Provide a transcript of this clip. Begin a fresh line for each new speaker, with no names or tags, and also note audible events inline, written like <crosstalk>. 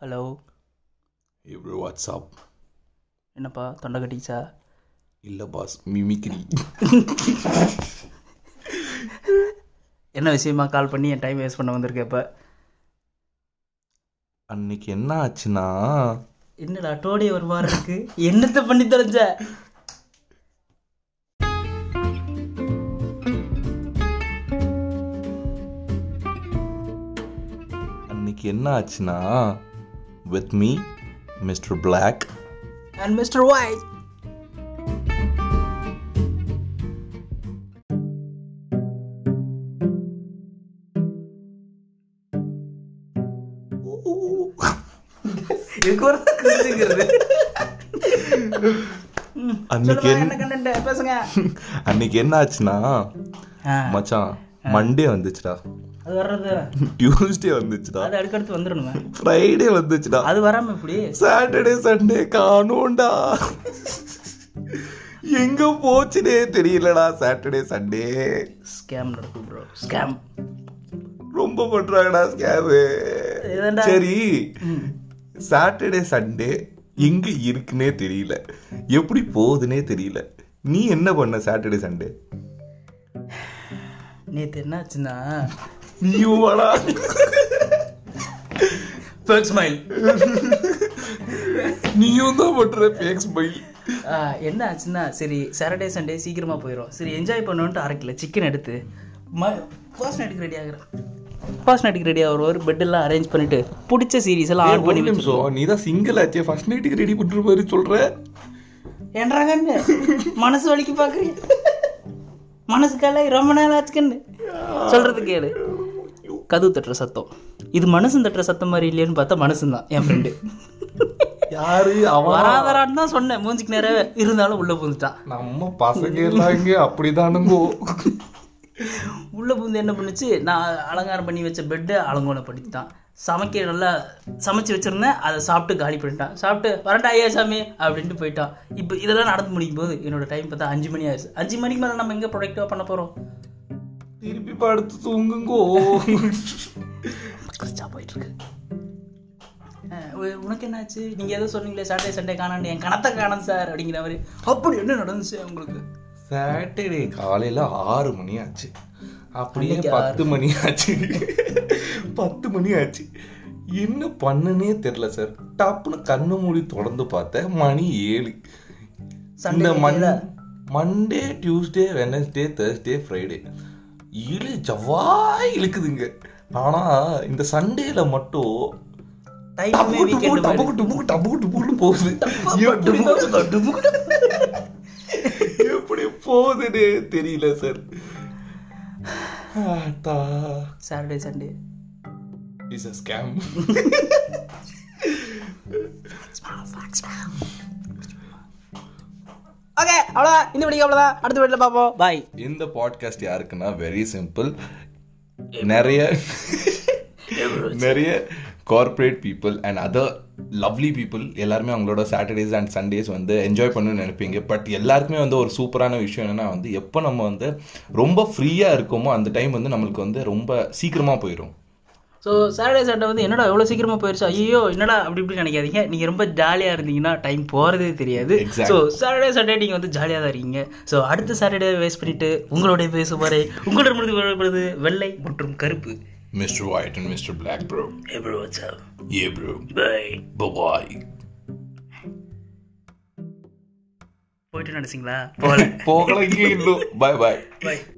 Hello
எப்படி what's up
என்னப்பா தொண்டை கட்டிச்சா
இல்லை பாஸ் மிமிக்ரி
என்ன விஷயமா கால் பண்ணி என் டைம் வேஸ்ட் பண்ண வந்திருக்கப்ப
அன்னைக்கு என்ன ஆச்சுன்னா
என்னடா டோடி ஒரு வாரம் இருக்கு என்னத்தை பண்ணி தொலைஞ்ச
அன்னைக்கு என்ன ஆச்சுன்னா with me mister black
and mister white இதுக்கு ஒரு கிருந்துங்கிறது
அன்னைக்கு என்ன-
என்ன கண்டன்ட்
<laughs>
பேசுங்க
அன்னைக்கு என்ன ஆச்சுன்னா மச்சான் மண்டே வந்துச்சுடா
அது வர்றது
டியூஸ்டே வந்துச்சுடா
அது அடுக்கடுத்து வந்துடணுங்க
ஃப்ரைடே வந்துச்சுடா
அது வராம இப்படி
சாட்டர்டே சண்டே காணோண்டா எங்க போச்சுனே தெரியலடா சாட்டர்டே சண்டே
ஸ்கேம் நடக்கும் ப்ரோ ஸ்கேம்
ரொம்ப பண்றாங்கடா ஸ்கேமு
இதுதான்டா
சரி சாட்டர்டே சண்டே எங்க இருக்குன்னே தெரியல எப்படி போகுதுன்னே தெரியல நீ என்ன பண்ண சாட்டர்டே சண்டே
நேத்து என்ன ஆச்சுன்னா
நீயும் வாடா
பேக் ஸ்மைல்
நீயும் தான் பண்ற பேக்ஸ் பை
என்ன ஆச்சுன்னா சரி சாட்டர்டே சண்டே சீக்கிரமா போயிடும் சரி என்ஜாய் பண்ணுன்ட்டு அரை கிலோ சிக்கன் எடுத்து ம ஃபர்ஸ்ட் நைட்டுக்கு ரெடி ஆகுறேன் ஃபர்ஸ்ட் நைட்டுக்கு ரெடி ஆகிறவர் பெட்டெல்லாம் அரேஞ்ச் பண்ணிட்டு பிடிச்ச சீரிஸ் எல்லாம் ஆன் பண்ணி வச்சு
நிமிஷம் நீ தான் சிங்கிள் ஆச்சே ஃபர்ஸ்ட் நைட்டுக்கு ரெடி பண்ற மாதிரி சொல்ற
என்றா கண்ணு மனசு வலிக்கு பார்க்குறீங்க மனசு கலாய் ரொம்ப நாள் ஆச்சு கண்ணு சொல்கிறது கேளு கதவு தட்டுற சத்தம் இது மனசு தட்டுற சத்தம் மாதிரி இல்லையேன்னு பார்த்தா மனசுந்தான் என் ஃப்ரெண்டு
யாரு அவன்
வராதரான்னு தான் சொன்னேன் மூஞ்சிக்கு நேரம் இருந்தாலும் உள்ளே பூந்துட்டான்
நம்ம பசங்க எல்லாங்க அப்படிதானுங்கோ
உள்ளே பூந்து என்ன பண்ணுச்சு நான் அலங்காரம் பண்ணி வச்ச பெட்டு அலங்கோலை பண்ணிட்டான் சமைக்க நல்லா சமைச்சு வச்சிருந்தேன் அதை சாப்பிட்டு காலி பண்ணிட்டான் சாப்பிட்டு வரட்டா ஐயா சாமி அப்படின்ட்டு போயிட்டான் இப்போ இதெல்லாம் நடந்து முடிக்கும் போது என்னோட டைம் பார்த்தா அஞ்சு மணி ஆயிடுச்சு அஞ்சு மணிக்கு மேலே நம்ம எங்கே ப்ரொடக்டிவாக பண்ண போகிறோம்
திருப்பி படுத்து தூங்குங்கோ
கிறிஸ்டா போயிட்டு இருக்கு அஹ் உ- உனக்கு என்னாச்சு நீங்க ஏதோ சொன்னீங்களே சாட்டர்டே சண்டே காணாண்டு என் கணத்தை காணும் சார் அப்படிங்கிற மாதிரி அப்படி என்ன நடந்துச்சு உங்களுக்கு
சாட்டர்டே காலையில ஆறு மணி ஆச்சு அப்படியே பத்து மணி ஆச்சு பத்து மணி ஆச்சு என்ன பண்ணுனே தெரியல சார் டப்புன்னு கண்ணு மூடி தொடர்ந்து பார்த்தேன் மணி ஏழு இந்த மண் Monday Tuesday Wednesday Thursday Friday இழு ஜவ்வாய் இழுக்குதுங்க ஆனா இந்த சண்டேல மட்டும்
டைமே
டபுக்கு
வீக்கெண்ட்
டபுக்கு டபுக்கு டபுக்கு டபுக்கு டபுக்குன்னு போகுது எப்படி- எப்படி போகுதுன்னே தெரியல சார் ஆட்டா
Saturday Sunday
is a scam
okay அவ்வளோதான் இந்த வீடியோ அவ்வளோதான் அடுத்த வீட்டில் பார்ப்போம் பாய்
இந்த பாட்காஸ்ட் யாருக்குன்னா வெரி சிம்பிள் நிறைய நிறைய corporate people and other lovely people எல்லாருமே அவங்களோட சாட்டர்டேஸ் அண்ட் சண்டேஸ் வந்து என்ஜாய் பண்ணணும்னு நினைப்பீங்க பட் எல்லாருக்குமே வந்து ஒரு சூப்பரான விஷயம் என்னன்னா வந்து எப்போ நம்ம வந்து ரொம்ப ஃப்ரீயாக இருக்கோமோ அந்த டைம் வந்து நம்மளுக்கு வந்து ரொம்ப சீக்கிரமாக போயிடும்
ஸோ சாட்டர்டே சண்டே வந்து என்னடா எவ்வளோ சீக்கிரமா போயிடுச்சு ஐயோ என்னடா அப்படி இப்படி நினைக்காதீங்க நீங்கள் ரொம்ப ஜாலியாக இருந்தீங்கன்னா டைம் போகிறதே தெரியாது
Exactly.
ஸோ சாட்டர்டே சண்டே நீங்கள் வந்து ஜாலியாக தான் இருக்கீங்க ஸோ அடுத்த சாட்டர்டே வேஸ்ட் பண்ணிட்டு உங்களுடைய பேசுவாரே உங்களிடம் வருவது வெள்ளை மற்றும் கருப்பு
mister white and mister black bro
Hey bro, what's up?
ஏ ப்ரோ
Bye.
பபாய்
போயிட்டு நினைச்சிங்களா போகல
போகலைங்க இன்னும் பாய் பாய்
பை